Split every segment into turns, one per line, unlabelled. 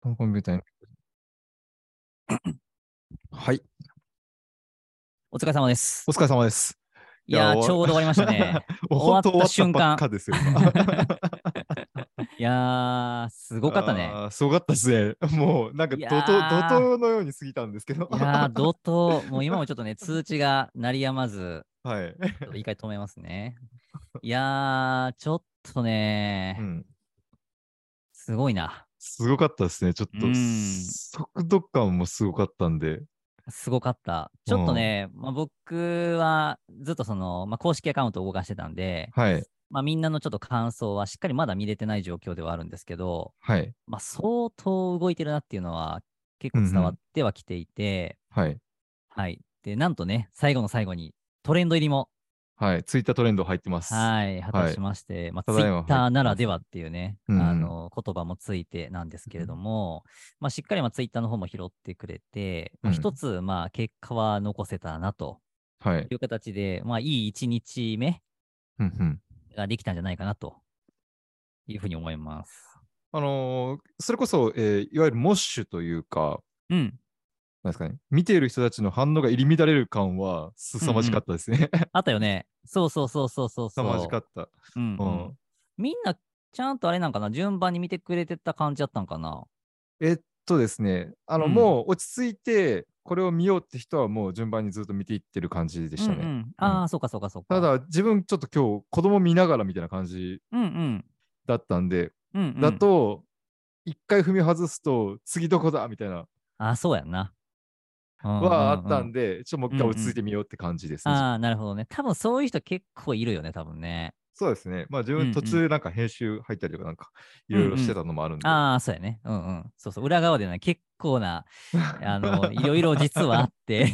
コンピューターに。 はい。
お疲れ様です
お。疲れ様です。
いや
いや
ー、ちょうど終わりましたね。
本当
終わった瞬
終わったば
間
っかですよ。
いやー、す ごかったね。
あー。すごかったですね。もう、なんか
い
怒
や
涛
ー
怒涛のように過ぎたんですけど。
いやー、怒涛、もう今もちょっとね、通知が鳴りやまず、
はい。
ちょっと一回止めますね。いやー、ちょっとね
う、ん。
すごいな。
すごかったですね。ちょっと
うん、
速度感もすごかったんで。
すごかった。ちょっとね、まあ、僕はずっとその、まあ、公式アカウントを動かしてたんで、
はい。
まあ、みんなのちょっと感想はしっかりまだ見れてない状況ではあるんですけど、
はい。
まあ、相当動いてるなっていうのは結構伝わってはきていて、
はい。
はい。で、なんとね、最後の最後にトレンド入りも、
はい。ツイッタートレンド入ってます。
はい、果たしまして、まあ、
た
ツイ
だいま
ッターならではっていうね、
うん
あの、言葉もついてなんですけれども、まあ、しっかりまあツイッターの方も拾ってくれて、まあ
うん
一つ、まあ、結果は残せたなと
はい。
いう形で、まあ、いい一日目
うんうん。
ができたんじゃないかなというふうに思います。
あのーそれこそ、えーいわゆるモッシュというか、
うん。
なんですかね、見ている人たちの反応が入り乱れる感は凄まじかったですね。
あったよね。そうそうそうそうそうそう。
凄まじかった。
うん
う
うんんみんな、ちゃんとあれなんかな、順番に見てくれてた感じだったんかな。
えっとですね、あの、
うん
もう落ち着いて、これを見ようって人はもう順番にずっと見ていってる感じでしたね。
うんうん、ああ、そうかそうかそうか。
た、だ、自分ちょっと今日、子供見ながらみたいな感じ
うんうん。
だったんで、
うんうん、
だと、一回踏み外すと、次どこだみたいな、
あーそうやんな。
はあったん
で
で、ちょっともう一回落ち着いてみようって感じですね。
ああ、なるほどね。多分そういう人結構いるよね、多分ね。
そうですね。まあ、自
うんう
分
ん
途中なんか編集入ったりとか、なんか、いろいろしてたのもあるんで。
ああ、そうやね。うんうん。そうそう、裏側でね、結 構な、あの、いろいろ実はあって、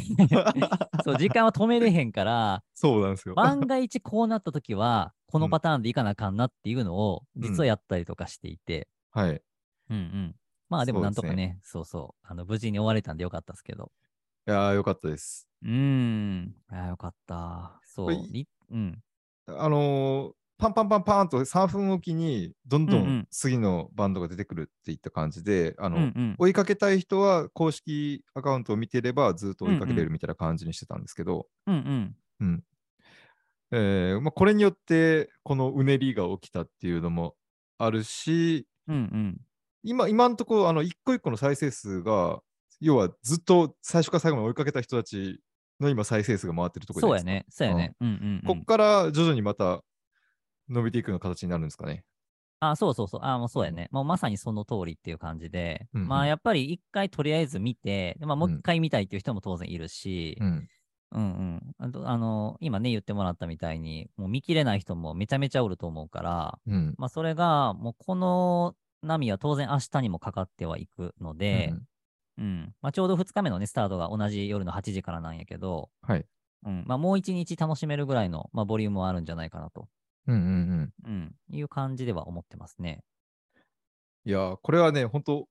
そう、時間は止めれへんから、
そうなんですよ。
万が一こうなった時は、こ
う
の
ん
パターンでいかなあかんなっていうのを、実はやったりとかしていて、
はい。
うんうん。まあでも
そう
な
ですね
んとかね、そうそう、あの無事に終われたんでよかったですけど。
いやーよかったです。
うーん。ああ、よかった。そう。
い
りうん。
あのーパンパンパンパンと3分おきにどんど
うんうんん
次のバンドが出てくるっていった感じで、あ
うん
の
うん。
追いかけたい人は公式アカウントを見てればずっと追いかけれるみたいな感じにしてたんですけど、
うんうん。
えーまあ、これによってこのうねりが起きたっていうのもあるし
うんうん。
今今のところあの一個一個の再生数が要はずっと最初から最後まで追いかけた人たちの今再生数が回ってるところ
そうやね。そうやね。うんうん、う
こ
ん
っ。から徐々にまた伸びていくような形になるんですかね。
あ、そうそうそう。あ、もうそうやね。もうまさにその通りっていう感じで、
うんうん
まあやっぱり一回とりあえず見て、でまあ、もう
う
一
ん
回見たいっていう人も当然いるし、
ん、
うん、うんあとあの、今ね、言ってもらったみたいに、もう見切れない人もめちゃめちゃおると思うから、
うん
まあそれが、もうこの波は当然明日にもかかってはいくので、
うん
うんまあ、ちょうど2日目のね、スタートが同じ夜の8時からなんやけど、
はい
うんまあ、もう1日楽しめるぐらいの、まあ、ボリュームはあるんじゃないかなと、
うんうんうん、
うん、いう感じでは思ってますね。
いやーこれはね、本当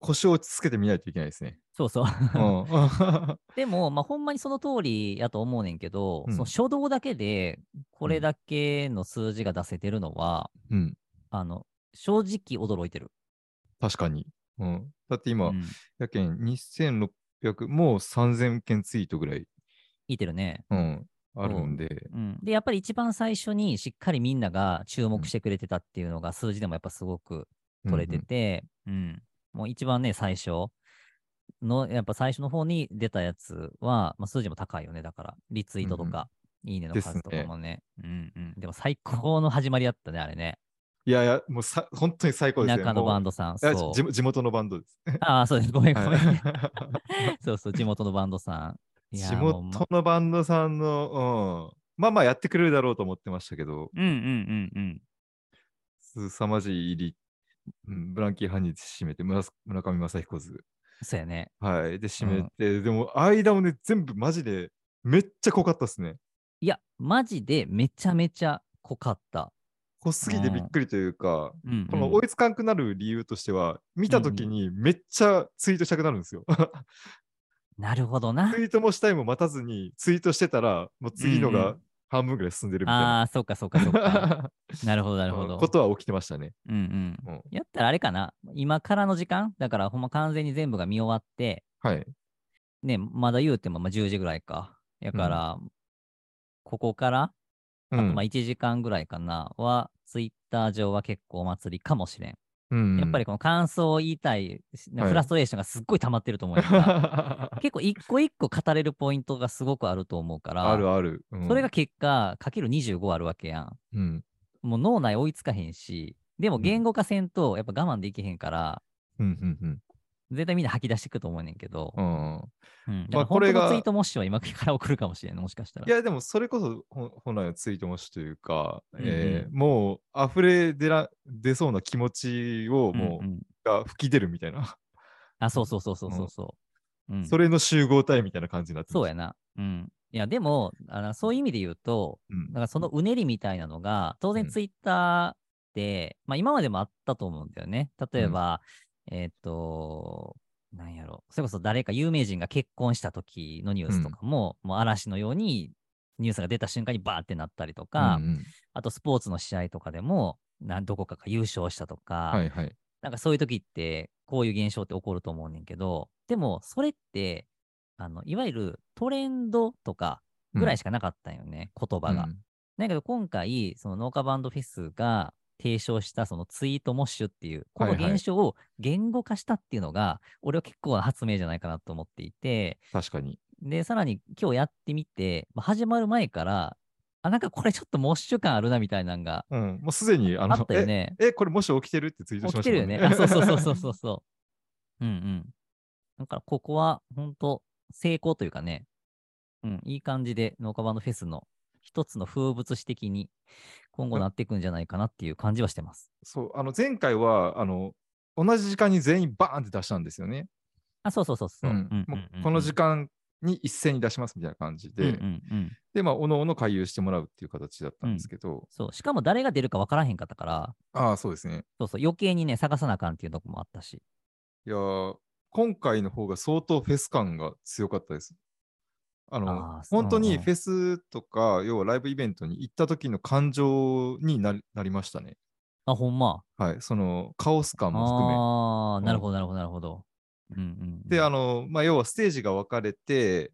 腰を落ち着けてみないといけないです ね。
そうそう。
うん、
でも、まあ、ほんまにその通りやと思うねんけど、
うん
その初動だけで、こ
う
れ
ん
だけの数字が出せてるのは、
うん、
あの、正直驚いてる。
確かに、うん。だって今、
うん
やけん2600、もう3000件ツイートぐらい、
いてるね。
うん、あるんで、
うん、で、やっぱり一番最初にしっかりみんなが注目してくれてたっていうのが、数字でもやっぱすごく取れてて、うん、もう一番ね、最初の、やっぱ最初の方に出たやつは、まあ、数字も高いよね、だから、リツイートとか、いいねの
です
数とかもね、うんうん、でも最高の始まりだったね、あれね。
いやいや、もうさ本当に最高です
田
ね。
舎のバン
ド
ドさん。
いや
そ
地
う。
元地元のバンドです。
ああ、そうです。ごめん、ごめん。
は
そうそう、地元のバンドさん。
い
いや
地
もうま
元のバンドさんの、うん、まあまあやってくれるだろうと思ってましたけど、
うんうんうんうん。
すさまじい入り、うん、ブランキー・ハニーで締めて、村村上正彦図。
そうやね。
はい。で、締めて、でも、間をね、全部マジで、めっちゃ濃かったっすね。
いや、マジでめちゃめちゃ濃かった。
濃すぎてびっくりというか、
うんうん
この追いつかんくなる理由としては、見たときにめっちゃツイートしたくなるんですよ。
なるほどな
ツ。イートもしたいも待たずに、ツイートしてたら、もう次の
うんう
が半分ぐらい進んでるみたいな。
ああ、そうか、そうか、 そうか。 なるほど、な
な
るほど。
ことは起きてましたね。
うん
う
う
んん。
やったらあれかな今からの時間だからほんま完全に全部が見終わって、
はい。
ね、まだ言うてもまあ10時ぐらいか。やから、ここから、
う
あとまあ
ん
1時間ぐらいかなは、ツイッター上は結構お祭りかもしれん。
うん
やっぱりこの感想を言いたい、
はい
フラストレーションがすっごい溜まってる と思うから、結構一個一個語れるポイントがすごくあると思うか ら、
あるある。うん
それが、結果、かける25あるわけやん。
うん。
もう脳内追いつかへんし、でも
うん
言語化せんと、やっぱ我慢できへんから、
うんうん
絶対みんな吐き出してくと思うねんけど、
うん。うん
うん、
まあ
こ
こ
れ
れ
が。
が
ツイートもしは今から送るかもしれん、もしかしたら。
いや、でもそれこそほ本来のツイートもしというか、
うんうん
えーもう溢れ出ら出そうな気持ちをもう、
んん
が吹き出るみたいな、
あ、そうそうそうそうそうそう。うん
それの集合体みたいな感じになってま
そう
し
やな。うん。いや、でもあの、そういう意味で言うと、
た。うん
だからそのうねりみたいなのが、当然
うん
ツイッターって、まあ今までもあったと思うんだよね。例えば、えーっ、と、なんやろ、それこそ誰か有名人が結婚した時のニュースとかも、もう嵐のようにニュースが出た瞬間にバーってなったりとか、
うんうん
あとスポーツの試合とかでも、なんどこかが優勝したとか、
はいはい。
なんかそういう時って、こういう現象って起こると思うねんけど、でもそれって、あのいわゆるトレンドとかぐらいしかなかったんよね、言葉が。
うん
だけど今回、その農家バンドフェスが提唱したそのツイートモッシュっていう、この
はいはい
現象を言語化したっていうのが、俺は結構な発明じゃないかなと思っていて、
確かに。
で、さらに今日やってみて、まあ始まる前から、あ、なんかこれちょっとモッシュ感あるなみたいなのが
うん、もうすでにあ
あ
の
ったよね。
ええ、これもし起きてるってツイート
起
しま
き
した
てる
も
よ
ん
ね。
ね。
あ、そうそうそうそうそうそう。 うんうん。だからここは本当成功というかね、うん、いい感じで農家バンドフェスの一つの風物詩的に今後なっていくんじゃないかなっていう感じはしてます。
そうあの前回はあの同じ時間に全員バーンって出したんですよね。
あ、そうそうそうそう。
うんもうこの時
間
間に一斉に出しますみたいな感じで、
うんうんうん
で、まあ、おのおの回遊してもらうっていう形だったんですけど、
そう。しかも誰が出るか分からへんかったから、
ああ、そうですね。
そうそう、余計にね、探さなあかんっていうとこもあったし。
いやー今回の方が相当フェス感が強かったです。あの
あーそう
本当にフェスとか、要はライブイベントに行った時の感情になりなりましたね。
あ、ほんま。
はい、そのカオス感も含め。
ああ、
ん
なるほど、なるほど、なるほど。うんうん、
で、あ
の、
の、まあ、要はステージが分かれて、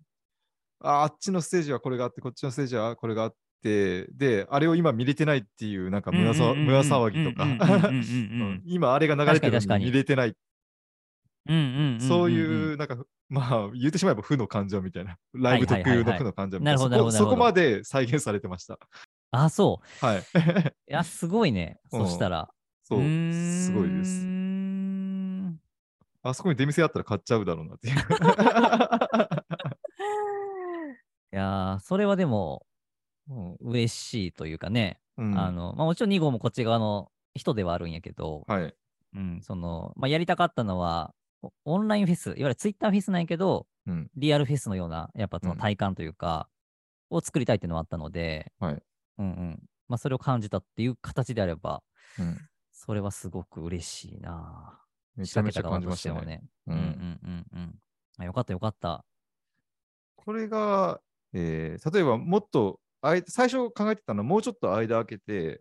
ああっちのステージはこれがあって、こっちのステージはこれがあって、で、あれを今見れてないっていう、なんか胸さ
うんうんうんうん
胸騒ぎとか、
うんうんうんうんうん
うん今あれが流れてる
確か
の
に確かに
に見れてない、
うんうんんんん
そういう、なんか、まあ、言ってしまえば負の感情みたいな、ライブ特有の負の感情みたい
なるほ
そ
どなる
こ
ほど
そこまで再現されてました。
あ、そう。
はい。
いや、すごいね。
う
そ
ん
したら。
そうう、
ーん
すごいです。あそこに出店あったら買っちゃうだろうなって いう。
いやーそれはでも、
うん
嬉しいというかね。
うん
あの、まあ、もちろん2号もこっち側の人ではあるんやけど、
はい。
うん、その、まあ、やりたかったのは、オオンラインフェス、いわゆるツイッターフェスなんやけど、
うん
リアルフェスのような、やっぱその
うん
体感というか、を作りたいっていうのはあったので、
はい
うんうん。まあ、それを感じたっていう形であれば、
うん
それはすごく嬉しいなぁ
めちゃめちゃ感じました
仕掛け側とても
ね。
ね。う
うん
うんんうんうんあ。よかったよかった。
これが、えー例えばもっとあい最初考えてたのはもうちょっと間空けて、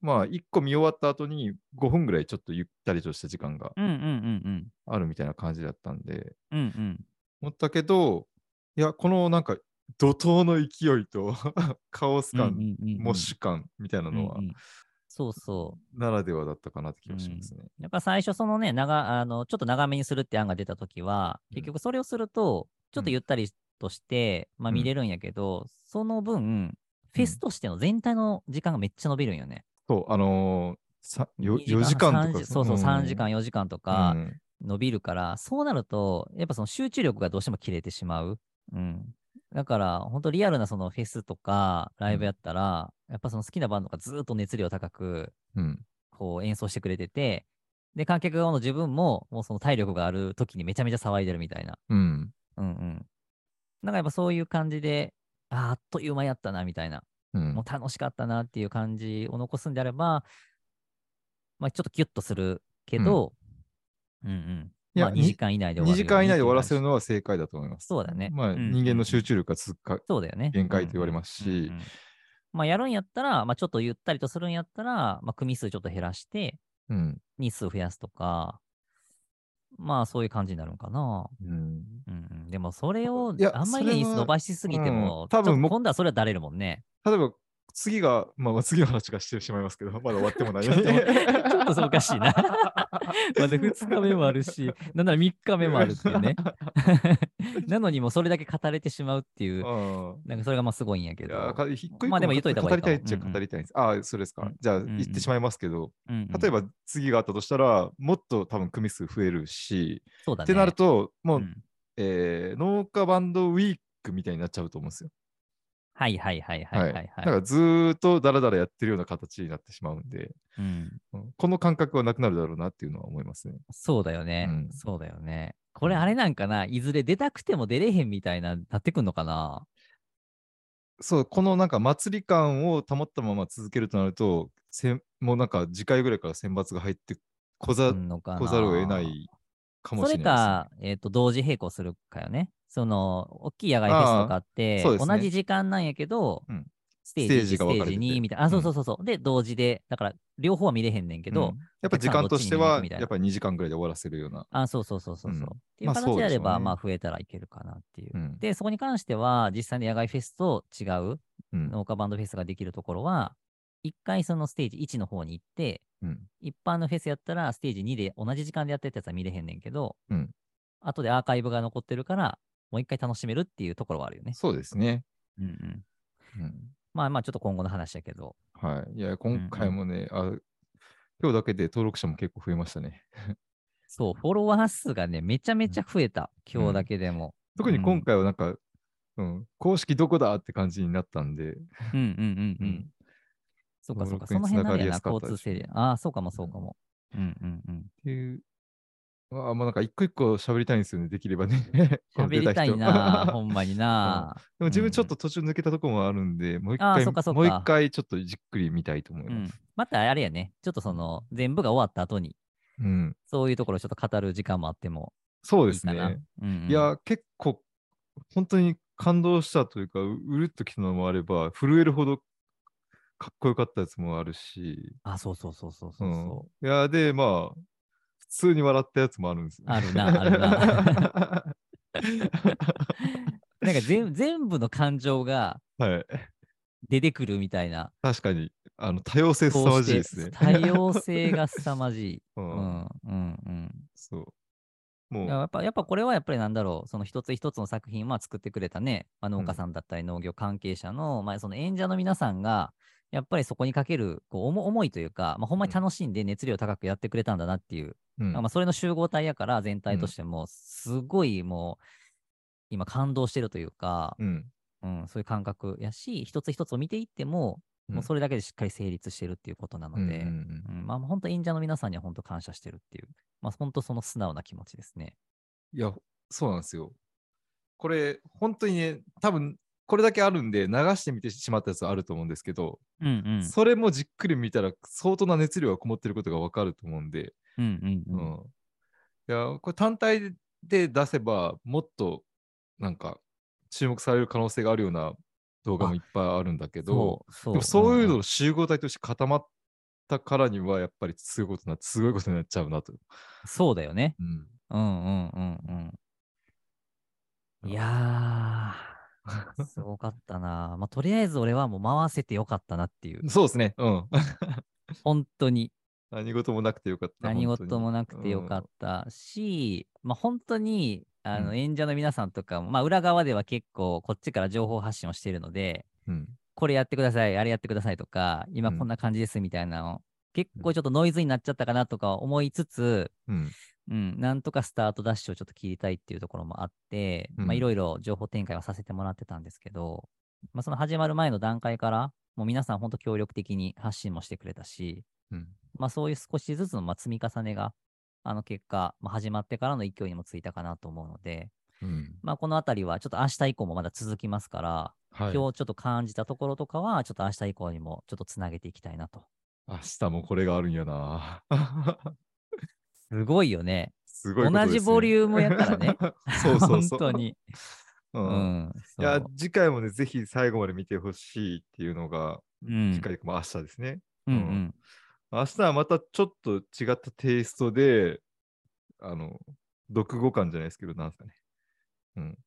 まあ1個見終わった後に5分ぐらいちょっとゆったりとした時間が
うんうんうん
あるみたいな感じだったんで、
うん。うんうん。
思ったけど、いや、このなんか怒涛の勢いと カオス感、モッシュ感みたいな
ュ
のは
そうそう。
ならではだったかなって気がしますね。
やっぱ最初そのね、長、あの、ちょっと長めにするって案が出たときは、
うん
結局それをすると、ちょっとゆったりとして、まあ
うん
見れるんやけど、その分、フェスとしての全体の時間がめっちゃ伸びるんよね。
そう、あのーさよ
2
4時間
3
とか。
そうそう、3時間、4時間とか
うん
伸びるから、そうなると、やっぱその集中力がどうしても切れてしまう。うん。だから、本当リアルなそのフェスとか、ライブやったら、やっぱその好きなバンドがずーっと熱量高く、
うん
こう演奏してくれてて、で、観客側の自分も、もうその体力がある時にめちゃめちゃ騒いでるみたいな。
うん
うんうん。なんかやっぱそういう感じで、あーあっという間やったな、みたいな。
うん
もう楽しかったなっていう感じを残すんであれば、まあちょっとキュッとするけど、うん、うん、
いや
まあ、2時間以内で終
2
わるように
時間以内で終わらせる
っ
のは正解だと思いま
て
す。
いう感じそうだね。
まあ、
うん
人間の集中力が続くか
そうだよね。
限界と言われますし
うんうんうんうんまあ、やるんやったら、まあ、ちょっとゆったりとするんやったら、まあ、組数ちょっと減らして、
うん。
日数増やすとか、まあ、そういう感じになるんかな。
うん
うんうん、でも、それを
い、や
あんまり
それ
ね、日
は
数伸ばしすぎて
う
も、
ん多分
ちょっと
も
今度はそれはだれるもんね。
例えば、次が、まあまあ、次の話がしてしまいますけど、まだ終わってもない
ちょっと、ちょっとそうおかしいな。まだ2日目もあるし、なんなら3日目もあるってい うね。なのにもうそれだけ語れてしまうってい う、
うん
なんかそれがまあすごいんやけ
い
ど。
やか一個一個
まあでも言っといた方がいいか
語
も
りたいっちゃ
うんうん
語りたいんです。ああ、そうですか。
うん
じゃあ、
んうん
言ってしまいますけど、
うんうん
例えば次があったとしたら、もっと多分組数増えるし、
そうだね。
ってなると、もう、
うん
えー農家バンドウィークみたいになっちゃうと思うんですよ。
はいはいはいはいはい、はい
だからずーっとダラダラやってるような形になってしまうんで、
うん。
うんこの感覚はなくなるだろうなっていうのは思いますね。
そうだよね、
うん
そうだよね。これあれなんかな、いずれ出たくても出れへんみたいな、なってくんのかな。
そう、このなんか祭り感を保ったまま続けるとなると、せんもうなんか次回ぐらいから選抜が入ってこざ,、
くんのかな
こざるを得ないかも
そ
し
れ
れな
か、えっ、と、同時並行するかよね。その、大きい野外フェスとかあって、
あーそうですね
同じ時間なんやけど、
うん
ステージ
ステージ
ス
が
テ
分か
ー
れてて
ジにみたいな。あ、そうそうそうそう。で、同時で、だから、両方は見れへんねん
い
け
ですね。う
ど、
んやっぱ時間として
お客さ
は、
んどっちに行くみたいな
やっぱり2時間ぐらいで終わらせるような。
あ、そうそうそうそうそう、
うん
ってい
ま
う
あ
形で
そう
あれば、
でしょうね
まあ、増えたらいけるかなっていう。
うん
で、そこに関しては、実際の野外フェスと違う
うん
農家バンドフェスができるところは、一回そのステージ1の方に行って、
うん
一般のフェスやったら、ステージ2で同じ時間でやってたやつは見れへんねんけど、
うん
後でアーカイブが残ってるから、もう一回楽しめるっていうところはあるよね。
そうですね。
うんうん、
うん
まあまあ、ちょっと今後の話だけど、
はい。いや、今回もね、あ今日だけで登録者も結構増えましたね。
そう、フォロワー数がね、めちゃめちゃ増えた、今日だけでも。
特に今回はなんか、うん公式どこだって感じになったんで、
うんうんうんうん。
うん
そうかそうか、
登録
そ
につ
の辺なんだよな、
ながりやすかっ
交
たでしょうね
通整理。ああ、そうかもそうかも。うんうんうん。
っていう。あもうなんか一個一個喋りたいんですよね、できればね。
喋りたいなあ、ほ
で
んまに なあ。
も自分ちょっと途中抜けたとこもあるんで、もう一
あー
回、
そっかそっか
もう一回ちょっとじっくり見たいと思いうま
ん
す。、
またあれやね、ちょっとその、全部が終わった後に、
うん。
そういうところをちょっと語る時間もあっても
そう
い
で
い
す
か
ね。
な。うんうん
いや、結構、本当に感動したというか、ううるっときたのもあれば、震えるほどかっこよかったやつもあるし、
あ、そうそうそうそうそううんそ
いや、で、まあ、普通に笑ったやつもあるんですよ
う。あるな、あるな。なんか全 全部の感情が
はい。
出てくるみたいな。
確かに、あの、多様性凄まじいですね
こ。うして多様性が凄まじい。
う
うんんうんうん。
そう。
い
も
や
う、
やっぱやっぱこれはやっぱりなんだろう、その一つ一つの作品、まあ、作ってくれたね、まあ、農家さんだったり農業関係者の、まあ、その演者の皆さんが、やっぱりそこにかけるこう思思いというか、まあ、ほんまに
うん
楽しんで熱量高くやってくれたんだなっていう、
うん
まあ、それの集合体やから、全体としても、すごいもう、今、感動してるというか、
うん
うんそういう感覚やし、一つ一つを見ていっても、もうそれだけでしっかり成立してるっていうことなの
うんうんう
で、
ん
うんまあ、本当、演者の皆さんには本当感謝してるっていう、まあ、本当、その素直な気持ちですね。
いや、そうなんですよ。これ、本当にね、多分これだけあるんで、流してみてしまったやつあると思うんですけど、
うんうん
それもじっくり見たら、相当な熱量がこもってることがわかると思うんで、
うん
うんいや、これ単体で出せば、もっとなんか、注目される可能性があるような動画もいっぱいあるんだけど、
そうそ
でもそういうの
ん
の集合体として固まったからには、やっぱりすごいことな、すごいことになっちゃうなと。
そうだよね。
うん
うんうんうんうん。いや ー、すごかったな。まあ、とりあえず俺はもう回せてよかったなっていう。
そうですね。うん。
本当に
何事もなくてよかった。
何
本当に
事もなくてよかったし、まあ、本当にあ
う
の
ん
演者の皆さんとかも、まあ、裏側では結構こっちから情報発信をしているので、
うん。
これやってください、あれやってくださいとか、今
うん
こんな感じですみたいなの、結構ちょっとノイズになっちゃったかなとか思いつつ、
うん。
うん、なんとかスタートダッシュをちょっと切りたいっていうところもあって、ま
う
あ
ん
いろいろ情報展開はさせてもらってたんですけど、まあその始まる前の段階から、もう皆さん本当協力的に発信もしてくれたし、
うん。
まあそういう少しずつのまあ積み重ねが、あの結果、まあ、始まってからの勢いにもついたかなと思うので、
うん。
まあこのあたりはちょっと明日以降もまだ続きますから、
はい。
今日ちょっと感じたところとかは、ちょっと明日以降にもちょっとつなげていきたいなと。
明日もこれがあるんやな。
すごいよね。
す すごいことです、ね。
同じボリュームやからね。
そうそうそう。
本当に。
う。
うんん。
いや
そう、
次回もね、ぜひ最後まで見てほしいっていうのが、
うん
次回、まあ明日ですね。
うんうん。
明日はまたちょっと違ったテイストで、あの、読語感じゃないですけど、なんですかね。うん。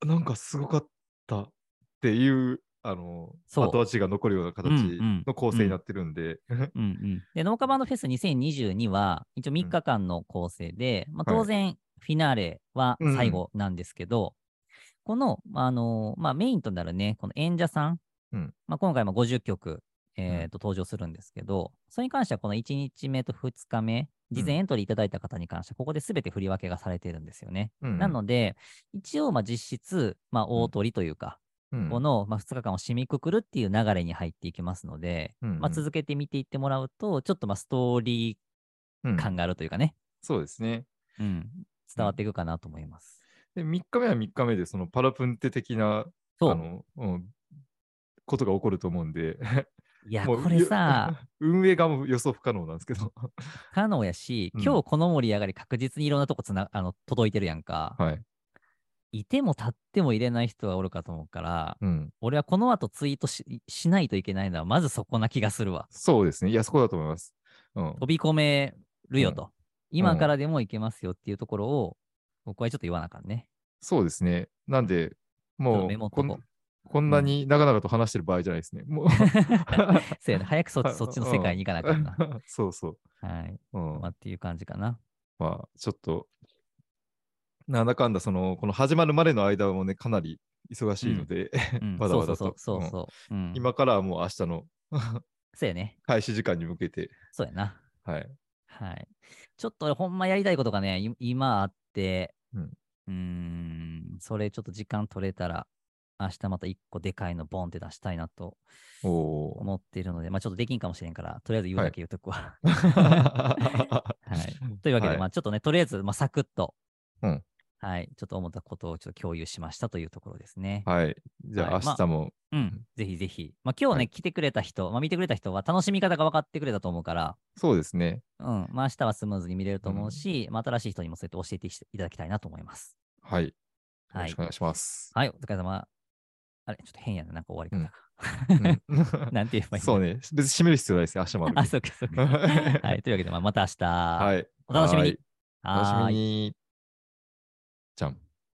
ななんかすごかったっていう、あの、
そう
後味が残るような形
うんうん
の構成になってるんで、
うんうん、で、農家バンドフェス2022は、一応3日間の構成で、まあ、
はい
当然、フィナーレは最後なんですけど、この、まああのまあ、メインとなるね、この演者さん、
うん
まあ、今回も50曲、えーと登場するんですけど、それに関しては、この1日目と2日目、事前エントリーいただいた方に関しては、ここで全て振り分けがされているんですよね。
うん
なので、一応、まあ実質、まあ、大取りというか、
うん
この、まあ、2日間を締めくくるっていう流れに入っていきますので、
うん
まあ、
うん
続けて見ていってもらうと、ちょっとまあストーリ
うん
ー感があるというかね、
そうですね。
うん伝わっていくかなと思います。
で、3日目は3日目で、そのパラプンテ的な、
そ
あ
う。
の、うん、ことが起こると思うんで、
いや、
もう
こ れさ、、
ゆ運営側も予想不可能なんですけ ど、
不可能やし、
うん
今日この盛り上がり確実にいろんなとこつな、あの、届いてるやんか。
はい。
いても立っても入れない人がおるかと思うから、
うん。
俺はこの後ツイートししないといけないのは、まずそこな気がするわ。
そうですね。いや、そこだと思います。うん。
飛び込めるよと。
う
今
ん
からでもいけますよっていうところを、僕はちょっと言わなあかんね。
そうですね。なんで、
ちょっ
も
とメモ
う
っと
こ
こ
ん
う。
こんなに長々と話してる場合じゃないですね。もう
そうやね。早 くそっちそっちの世界に行かな あかんな。
そうそ
はい。
う。うん
まあ、っていう感じかな。
まあ、ちょっと、なんだかんだ、その、この始まるまでの間もね、かなり忙しいので、
うん、
まだまだと
そうそうそううんそう。うん、
今からはもう明日の
そうやね。
開始時間に向けて、
そうやな。
はい。
はい。ちょっと俺ほんまやりたいことがね、い今あって、
うん
うーん、それちょっと時間取れたら、明日また一個でかいのボンって出したいなと
おお。
思っているので、まあちょっとできんかもしれんから、とりあえず言うだけ言うと くわ。
は
はい。というわけで、
はい
まあちょっとね、とりあえず、まあサクッと、
うん
はい、ちょっと思ったことをちょっと共有しましたというところですね。
はい。じゃあ、
はいま
明
あ
日も、
うん、ぜひぜひ。まあ、今日ね、
はい
来てくれた人、まあ、見てくれた人は楽しみ方が分かってくれたと思うから、
そうですね。
うん、まあ、明日はスムーズに見れると思うし、まあ、新しい人にもそうやって教えてきていただきたいなと思います。
はい。よ
は
ろ
い
しくお。願いします。
はい、お疲れ様。あれ、ちょっと変やな、なんか終わり方
う
が。
ん
なんて言えばいいんだ
そうね。別に締める必要ないですね。明日もあるんで
あ、そうか、そうか。はい、というわけで、まあ、また明日。
はい。
お楽しみに
はい。お楽し
はーい
みに。じゃん。